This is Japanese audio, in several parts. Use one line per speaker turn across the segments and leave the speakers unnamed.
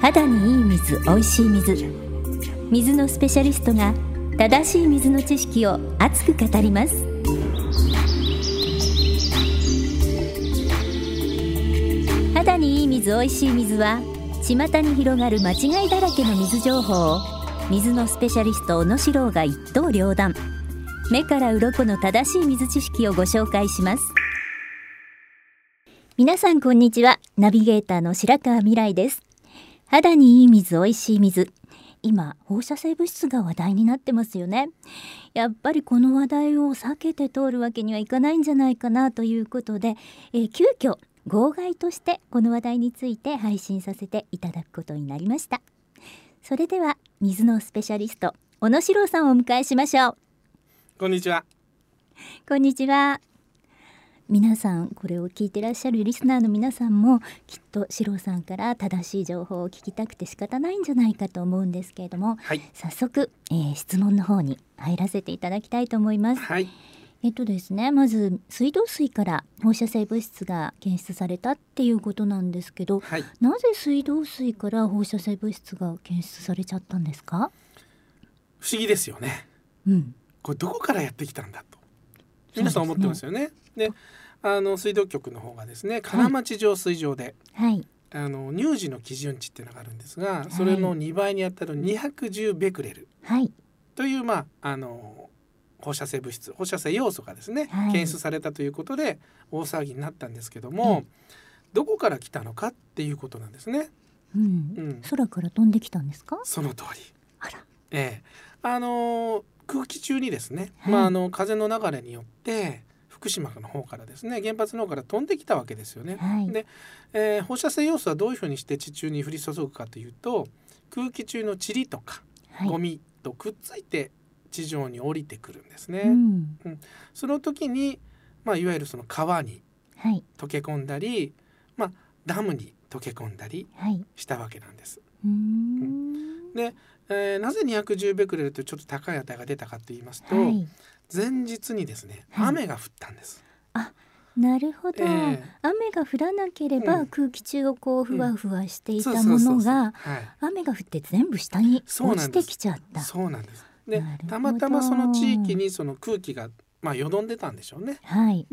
肌にいい水おいしい水水のスペシャリストが正しい水の知識を熱く語ります肌にいい水おいしい水は巷に広がる間違いだらけの水情報を水のスペシャリスト小野史郎が一刀両断目から鱗の正しい水知識をご紹介します皆さんこんにちはナビゲーターの白川未来です肌にいい水おいしい水今放射性物質が話題になってますよねやっぱりこの話題を避けて通るわけにはいかないんじゃないかなということで、えー急遽号外としてこの話題について配信させていただくことになりましたそれでは水のスペシャリスト小野史郎さんをお迎えしましょう
こんにちは。
こんにちは皆さんこれを聞いてらっしゃるリスナーの皆さんもきっと史郎さんから正しい情報を聞きたくて仕方ないんじゃないかと思うんですけれども
はい。
早速、えー質問の方に入らせていただきたいと思います
はい。
えっとですねまず水道水から放射性物質が検出されたっていうことなんですけど
はい。
なぜ水道水から放射性物質が検出されちゃったんですか
不思議ですよね。
うん
これどこからやってきたんだと。皆さん思ってますよね。で、あの水道局の方がですね、金町上水場で、
はい
あの乳児の基準値っていうのがあるんですが、それの2倍にあたる210ベクレル
はい
というまああの放射性物質、放射性要素がですね、
はい
検出されたということで大騒ぎになったんですけども、どこから来たのかっていうことなんですね。
うん、
うん
空から飛んできたんですか
その通り。
あら
ええ、あのー空気中にですね、
はい
まああの風の流れによって福島の方からですね原発の方から飛んできたわけですよね。
はい
で、えー放射性要素はどういうふうにして地中に降り注ぐかというと空気中の塵とか
はい
ゴミとくっついて地上に降りてくるんですね。
うん
その時に、まあ、いわゆるその川に
はい
溶け込んだり、まあ、ダムに溶け込んだり
はいう
したわけなんです。
ーん
えーなぜ210ベクレルというちょっと高い値が出たかと言いますと、
はい
前日にですね
はい
雨が降ったんです。
なるほど、
えー
雨が降らなけれ
う
ば
ん
空気中をこうふわふわしてい
そ
た
うそう
も
そうそう
のが
はい
雨が降って全部下に
そう
落
な
ち
んで
て
す
きちゃった
そうなんです。で
なるほど
たまたまその地域にその空気がまあよどんでたんでしょうね。
はい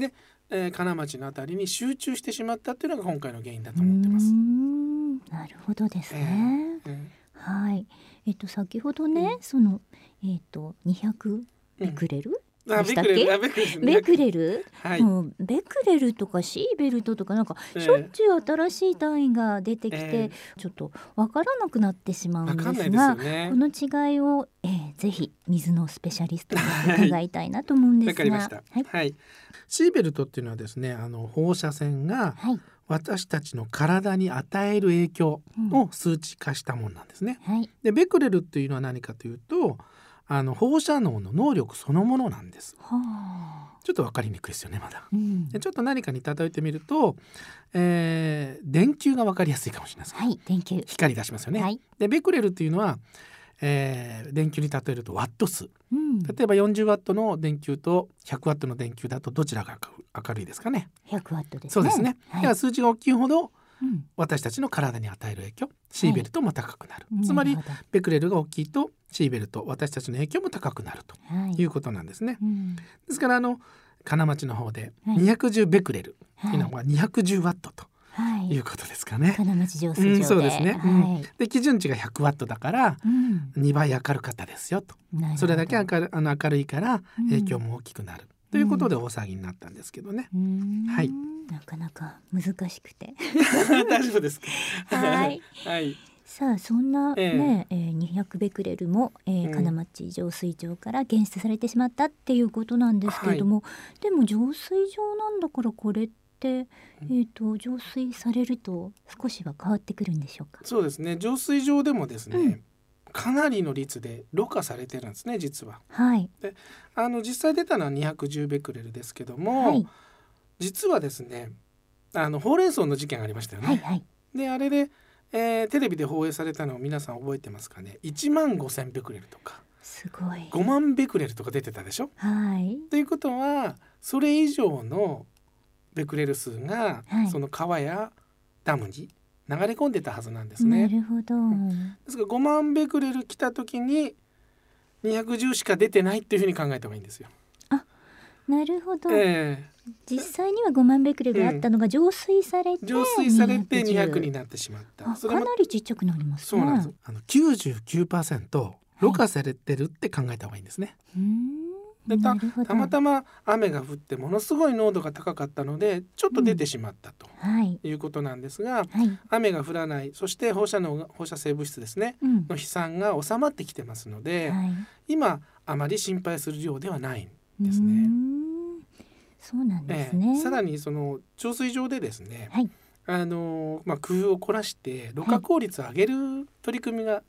えー、金町のあたりに集中してしまったっていうのが今回の原因だ
うー
と思ってます。
んなるほどですね、
え
はいえっと先ほどね、
う
そのえっと200
ーう
ベ
ん
クレル、
あ
で
ベ
した
ク
っけ
レルあベクレル
ベクレル、
はい。
もうベクレルとかシーベルトとかなんか
えー
しょっちゅう新しい単位が出てきて、
え
ちょっとわからなくなってしまうん
わ
で
かんな
す
いですよ
が
ね
こ。の違いを、えー、ぜひ水のスペシャリストに伺いたいなと思うんですが
わかりました。
はい
はい。シーベルトっていうのはですね、あの放射線が
はい、
私たちの体に与える影響
うん
を数値化したものなんですね。
はい
でベクレルっていうのは何かというとあの放射能の能力そのものなんです。
はあ、
ちょっと分かりにくいですよねまだ。
うん
でちょっと何かに例えてみると、えー電球が分かりやすいかもしれないです。
はい、電球、
光出しますよね。
はい、
でベクレルっていうのは、えー電球に例えるとワット数
うん、
例えば40ワットの電球と100ワットの電球だとどちらが明るいですかね。
100ワットですね。
そうですね。
は
だ
い
から数字が大きいほど
うん
私たちの体に与える影響シーベルトも高くなる。つまり
なるほ
ベクレルが大きいとシーベルト私たちの影響も高くなると
どはい
いうことなんですね。
うん
ですからあの金町の方で
はい
210ベクレルと
は
いうのは210ワットと
はい
いうことですかね。
金町上水
うん
場
そうですね
は
うん
い
で基準値が100ワットだから
うん
2倍明るかったですよと
なるほど
それだけ明るあの明るいから
うん
影響も大きくなるということで大騒ぎになったんですけどね。
うーん
はい
なかなか難しくて
大丈夫ですか。
はい。
はい。
さあそんな
ええ
ね、えー200ベクレルも、えー
うん
金町上水場から検出されてしまったっていうことなんですけれども、でも浄水場なんだからこれって、えー、と浄水されると少しは変わってくるんでしょうか
そうですね。浄水場でもですね、
うん
かなりの率でろ過されてるんですね実は。
はい
あの実際出たのは210ベクレルですけども、
はい
実はですねあのほうれん草の事件がありましたよね。
はいはい
であれで、えーテレビで放映されたのを皆さん覚えてますかね1万5,000ベクレルとか
すごい
5万ベクレルとか出てたでしょ
はい
ということはそれ以上のベクレル数が、
はい
その川やダムに流れ込んでたはずなんです
な
ね。
るほど。
ですから5万ベクレル来た時に210しか出てないっていうふうに考えた方がいいんですよ。
なるほど。
え
実際には5万ベクレルあったのが浄水されて、
え浄水されて
210
200になってしまった。
あ
そ
か
れも
なりちっちゃくなります
そ
ね。
うなんです。あの99%ろ過されてるって考えた方がいいんですね。
うーん
で
なるほど。
たまたま雨が降ってものすごい濃度が高かったのでちょっと出てしまったと
はい
いうことなんですが、
はい。
雨が降らないそして放射能が放射性物質ですね
うん。
の飛散が収まってきてますので、
はい。
今あまり心配する量ではない。ですね
うーんそうなんですね。
ええさらにその浄水場でですね、
はい
あのまあ工夫を凝らしてろ過効率を上げる取り組みが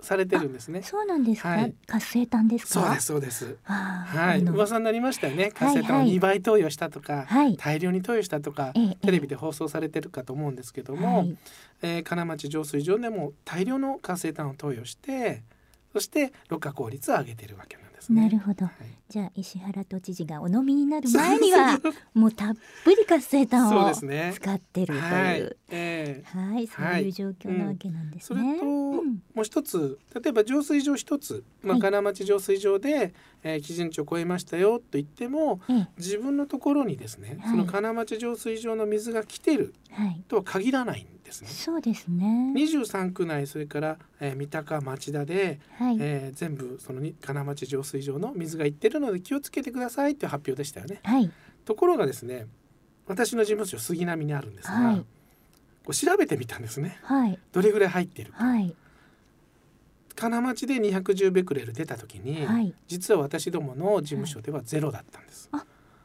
されてるんですね。
そうなんですか。
はい
活性炭ですか。
そうです。そうです。
あー
はい、
あの
噂になりましたよね。カセット
は
を
いはい
2倍投与したとか、
はい。
大量に投与したとか、
ええ
テレビで放送されてるかと思うんですけども、
はい
えー金町浄水場でも大量の活性炭を投与してそしてろ過効率を上げてるわけなんですね。
なるほど。
はい
じゃあ石原都知事がお飲みになる前にはもうたっぷり活性炭
そう
を
ですね。
使ってるという。
はい、ええ
はい、そういう状況なわけなんです
そ
ね。
れと、
うん
もう一つ例えば浄水場一つ、ま
は
あ、
い
金町浄水場で、えー基準値を超えましたよと言っても
ええ、
自分のところにですね、
はい
その金町浄水場の水が来てる
はい、
とは限らないんですね。
そうですね。
23区内それから、えー三鷹町田で、
はい、
えー全部そのに金町浄水場の水が行ってるので気をつけてくださいという発表でしたよね。
はい、
ところがですね私の事務所杉並にあるんですが、
はい
こう調べてみたんですね
はい、
どれぐらい入ってるか。
はい、
金町で210ベクレル出た時に、
はい
実は私どもの事務所ではゼロだったんです。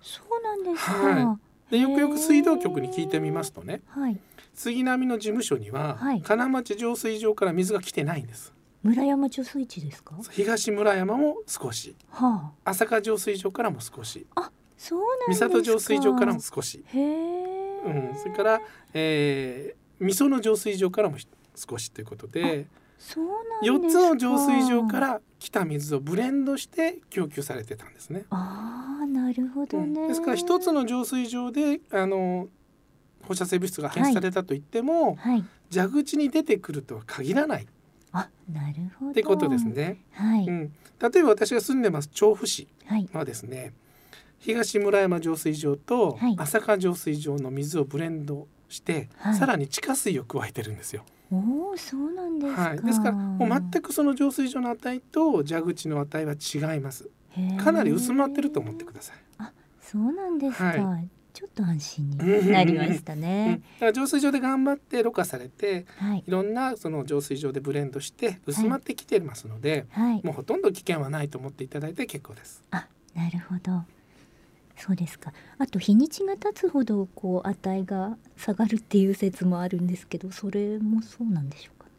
そうなんですか。
はでよくよく水道局に聞いてみます
と。
とね
はい、
杉並の事務所には、
はい
金町浄水場から水が来てないんです
村山貯水池ですか。は
東村山も少し
あ、
朝霞浄水場からも少し
そうなんで
三
すか。
郷浄水場からも。少し、
へえ。
うん、それから、えー、味噌の浄水場からもひ少しということで
そうなん
4
です
つ
か。
の浄水場か。ら来た水をブレンドして供給されてたんですね。
ああ、なるほど
うん
ね。
ですから一つ。の浄水場であの放射性物質が排出されたといっても、
はい。
蛇口に出てくるとは限らないっ
あ、なるほど。
てことです。ね。
はい。
うん、例えば私が住んでます調布市
はい。
はですね東村山浄水場と
はい
朝霞浄水場の水をブレンドして、
はい
さらに地下水を加えてるんですよ。
おお、そうなんですか。
はい、ですからもう全くその浄水場の値と蛇口の値は違います。
へー
かなり薄まってると思ってください。
そうなんですか。
は
ちょっと安心になりました
うん、
ね
だ。から浄水場で頑張ってろ過されて
はい。
いろんなその浄水場でブレンドして薄まってきてますので、
はい。
もうほとんど危険はないと思っていただいて結構です。
あ、なるほど。そうですか。あと日にちが経つほどこう値が下がるっていう説もあるんですけど、それもそうなんでしょうか。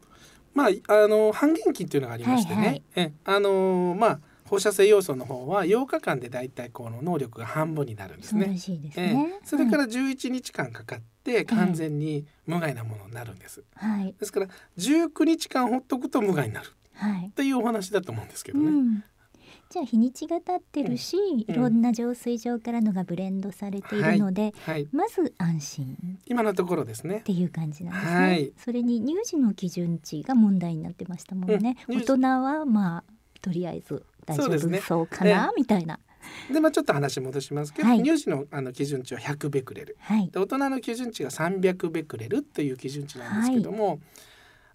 まああの半減期っていうのがありましてね、
はいはい
えあのまあ放射性要素の方は8日間でだいたいこの能力が半分になるんです
そうら
ね。
しいです
え
ね。
えそれか
はい
ら11日間かかって完全に無害なものになるんです。
はい
ですから19日間ほっとくと無害になる
はい。
というお話だと思うんですけ
う
どね。
ん。じゃあ日にちが経ってるし、いろんな浄水場からのがブレンドされているので、
はい、
まず安心
今のところですね
っ。ていう感じなんですね。
はい
それに乳児の基準値が問題になってましたもんね。
うん乳児
大人はまあとりあえず大丈
そうですね
夫そうかな、みたいな。
でまあちょっと話戻しますけど、
はい
乳児のあの基準値は100ベクレル。
はい
で大人の基準値が300ベクレルという基準値なんですけども、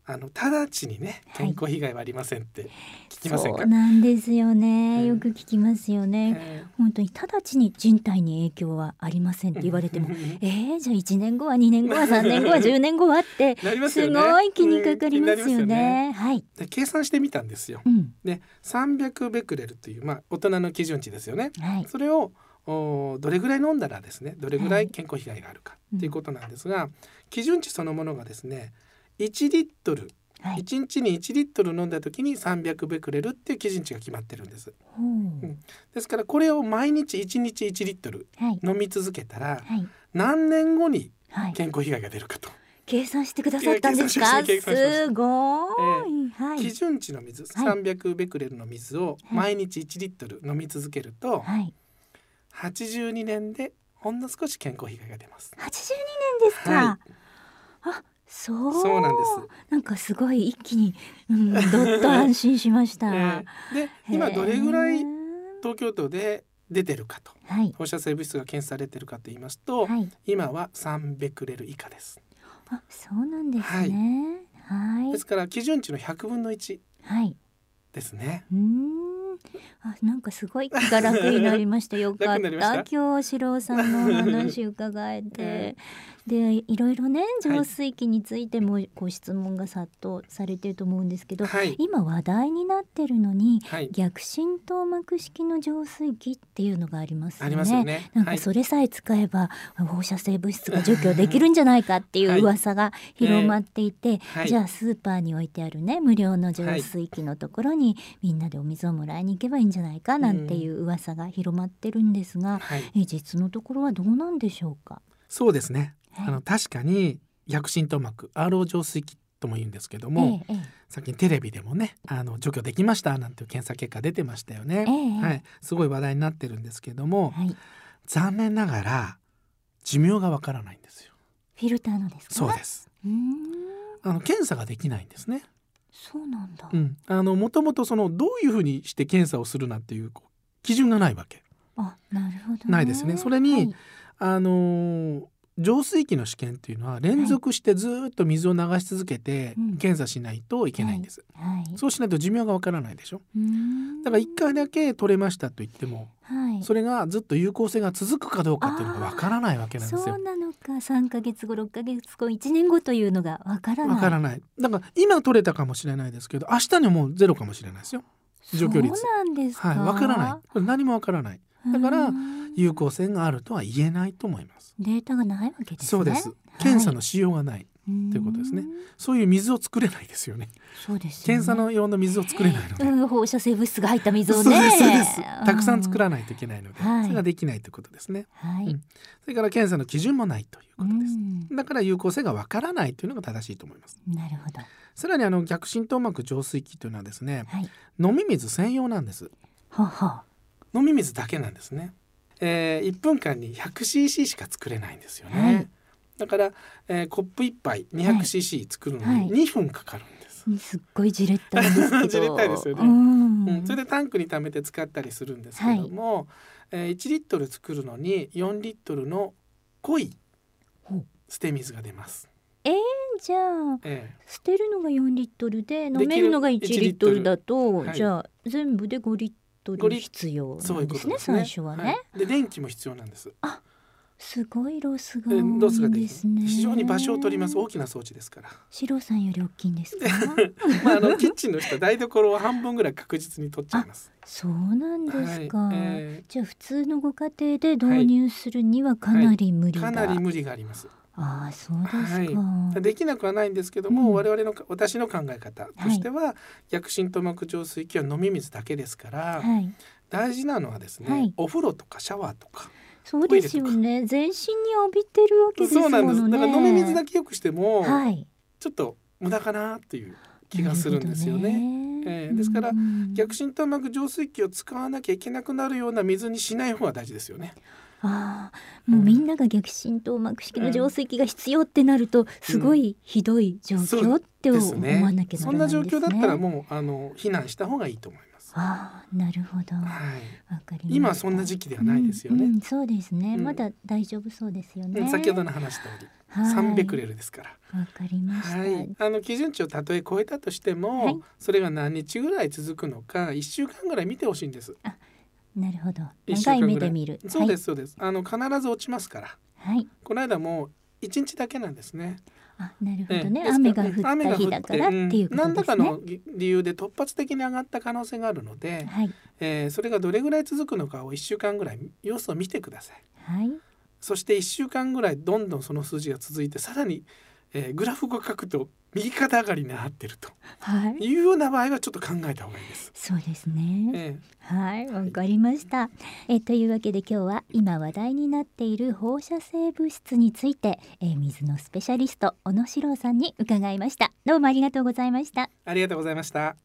あの直ちにね
はい
健康被害はありませんって聞きませんか、
そうなんですよ
え
ね。
え
よく聞きますよね。
えー
本当に直ちに人体に影響はありませんって言われても、えー、じゃあ1年後は2年後は3年後は10年後は って
なります
す
よね
ごい気にかかりま
うん気
す
にな
よ
り
ね。はい。
で計算してみたんですよ
うん。
で300ベクレルというまあ大人の基準値ですよね
はい。
それをおーどれぐらい飲んだらですねどれぐらい健康被害があるか
い
っていうことなんですが、基準値そのものがですね1リットル
はい。
1日に1リットル飲んだ時に300ベクレルっていう基準値が決まってるんです
ほう。
ですからこれを毎日1日1リットル
はい。
飲み続けたら
はい。
何年後に
はい。
健康被害が出るかと、
計算してくださったんですか。
いや計算しました計算しました
すごい、は
基
い。
準値の水
はい
300ベクレルの水を
はい
毎日1リットル飲み続けると
はい。
82年でほんの少し健康被害が出ます。
八十二年ですか。
は
あ、そう
そうなんです
なんかすごい一気に、うん、どっと安心しました、
ええで今
へえ
どれぐらい東京都で出てるかと
はい
放射性物質が検出されてるかと言いますと、
はい
今は3ベクレル以下です
あそうなんですねはい
ですから基準値の100分の1
はい
ですね
うーんあなんかすごい気が楽になりましたよかっ
楽
た
になりました
今日四郎さんのお話伺え てでいろいろね浄水器についてもご質問が殺到されてると思うんですけど、
はい
今話題になってるのに
はい
逆浸透膜式の浄水器っていうのがあります
あ
よ
り
ね。
ますよね
なん
は
か
い
それさえ使えば放射性物質が除去できるんじゃないかってい
は
う
い
噂が広まっていて、
はい
じゃあスーパーに置いてあるね無料の浄水器のところにみんなでお水をもらいに行けばいいんじゃないかなんていう噂が広まってるんですが、
はい
え実のところはどうなんでしょうか。
そうですね
はい
あの確かに逆浸透膜 RO 浄水器とも言うんですけども、
ええ
さっきテレビでもねあの除去できましたなんていう検査結果出てましたよね、
ええ
はい、すごい話題になってるんですけども、
はい、フ
残念ながら寿命がわからないんですよ
ィルターのですか。
そうです
うーん
あの検査ができないんですね
そうなんだ。
うんあのもともとそのどういうふうにして検査をするなんていうこう基準がないわけ
あなるほど、
ないですねそれに
はい
あのー浄水器の試験っていうのは連続してずーっと水を流し続けて
うん
検査しないといけないんです、
はい、
そうしないと寿命がわからないでしょ
うーん
だから1回だけ取れましたと言っても
はい、
それがずっと有効性が続くかどうかっていうのがわからないわけなんで
そ
すよ
う。なのか3ヶ月後6ヶ月後1年後というのがわからない
わからない。だから今取れたかもしれないですけど、明日にはもうゼロかもしれないですよ。除去率
そうなんですか
はい、わからない。これ何もわからない。だから
うん
有効性があるとは言えないと思います。
データがないわけですね
そうです。検査のしようがない。ということですねそういう水を作れないですよね。
そうですよね
検査の用の水を作れないので。
うん放射性物質が入った水
そ
を
う
ね
ですそうです。たくさん作
う
らないといけないので、
はい
それができないということですね。
はい、
うんそれから検査の基準もないとい
う
うことです。
ん
だから有効性がわからないというのが正しいと思います。
なるほど
さらにあの逆浸透膜浄水器というのはですね、
はい
飲み水専用なんです。
はは
飲み水だけなんですね。えー、1分間に 100cc しか作れないんですよね。
はい
だから、えー、コップ1杯 200cc 作るの
はい
に2分かかるんです。
すっごいじれったいですけど
じれったいですよね
うん、
うん、それでタンクに溜めて使ったりするんですけども、えー、1リットル作るのに4リットルの濃い
ほう
捨て水が出ます。
じゃあ
え
捨てるのが4リットルで飲
で
めるのが1
きる
リットルだと、
1リットルはい
じゃあ全部で5リット
5
ル
リッ
必要
ー、そ
な
ういうんこ
です
と
ね
ですね。
最初はね、
いで電気も必要なんです。
すごいロスが多
え
い
ーロスが
ん
で
で
きる
すね
非常に場所を取ります大きな装置ですから。
シロさんより大きいんですか
まああのキッチンの下台所を半分ぐらい確実に取っちゃいます。
そうなんですか、
はいえ
じゃあ普通のご家庭で導入するにはかなり無
ー
理だ、
かなり無理があります。
ああそうですか、
はい、できなくはないんですけども、
うん
我々の私の考え方としては、逆浸透膜浄水器は飲み水だけですから、
はい
大事なのはですね、
はい
お風呂とかシャワーとか
そうですよね全身に浴びてるわけです
そ
も
うなん
の
で
ね
すだから飲み水だけよくしても、
はい
ちょっと無駄かなっていう気がするんですよ
なるほ
ね。
ど
ええですから
うん
逆浸透膜浄水器を使わなきゃいけなくなるような水にしない方が大事ですよね。
ああもうみんなが逆浸透膜式の浄水器が必要ってなるとすごいひどい状況って思
で
わ
すね
なきゃならないんですね。
そんな状況だったらもうあの避難した方がいいと思います。は
ああなるほどわ
い。
かりました
今はそんな時期ではないですよね
うんうんそうですね、
うん
まだ大丈夫そうですよね。
うん先ほどの話した通り、
はい
3ベクレルですから。
わかりました。
はい、あの基準値をたとえ超えたとしても、
はい
それが何日ぐらい続くのか1週間ぐらい見てほしいんです
なるほど
一週
長
間
い目
ぐら
で
い
見る。
そうですそうです、あの必ず落ちますから
はい、はい
この間も1日だけなんですね
あなるほどね、
ええ
雨
です
が
か
降った
雨が降
日だからっていうことですね。
ん何らかの理理由で突発的に上がった可能性があるので、
はい
えーそれがどれぐらい続くのかを1週間ぐらい様子を見てください
はい
そして1週間ぐらいどんどんその数字が続いてさらに、えーグラフを書くと右肩上がりになってると
はい
いうような場合はちょっと考えた方がいいです。
そうですね。
え
はい、わかりました。えというわけで今日は今話題になっている放射性物質について、え水のスペシャリスト小野史郎さんに伺いました。どうもありがとうございました。
ーありがとうございました。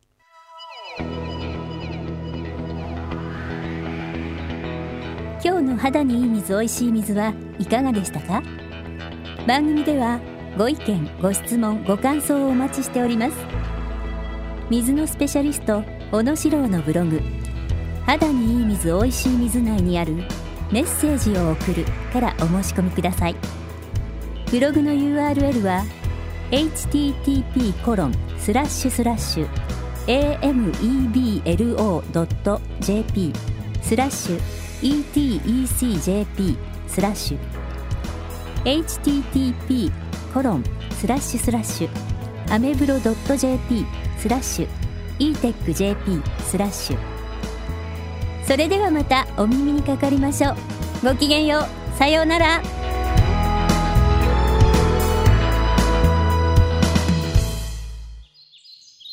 今日の肌にいい水おいしい水はいかがでしたか番組ではご意見ご質問ご感想をお待ちしております水のスペシャリスト小野史郎のブログ「肌にいい水おいしい水内」にある「メッセージを送る」からお申し込みくださいブログの URL は http コロンスラッシュスラッシュ ameblo.jp スラッシュ etecjp スラッシュ http コロンスラッシュスラッシュアメブロ .jp スラッシュ etecjp スラッシュそれではまたお耳にかかりましょうごきげんようさようなら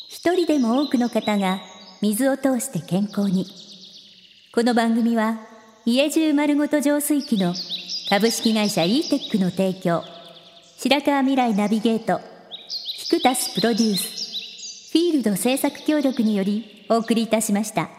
一人でも多くの方が水を通して健康にこの番組は家中丸ごと浄水器の株式会社 e テックの提供白川未来ナビゲートキクタスプロデュースフィールド制作協力によりお送りいたしました。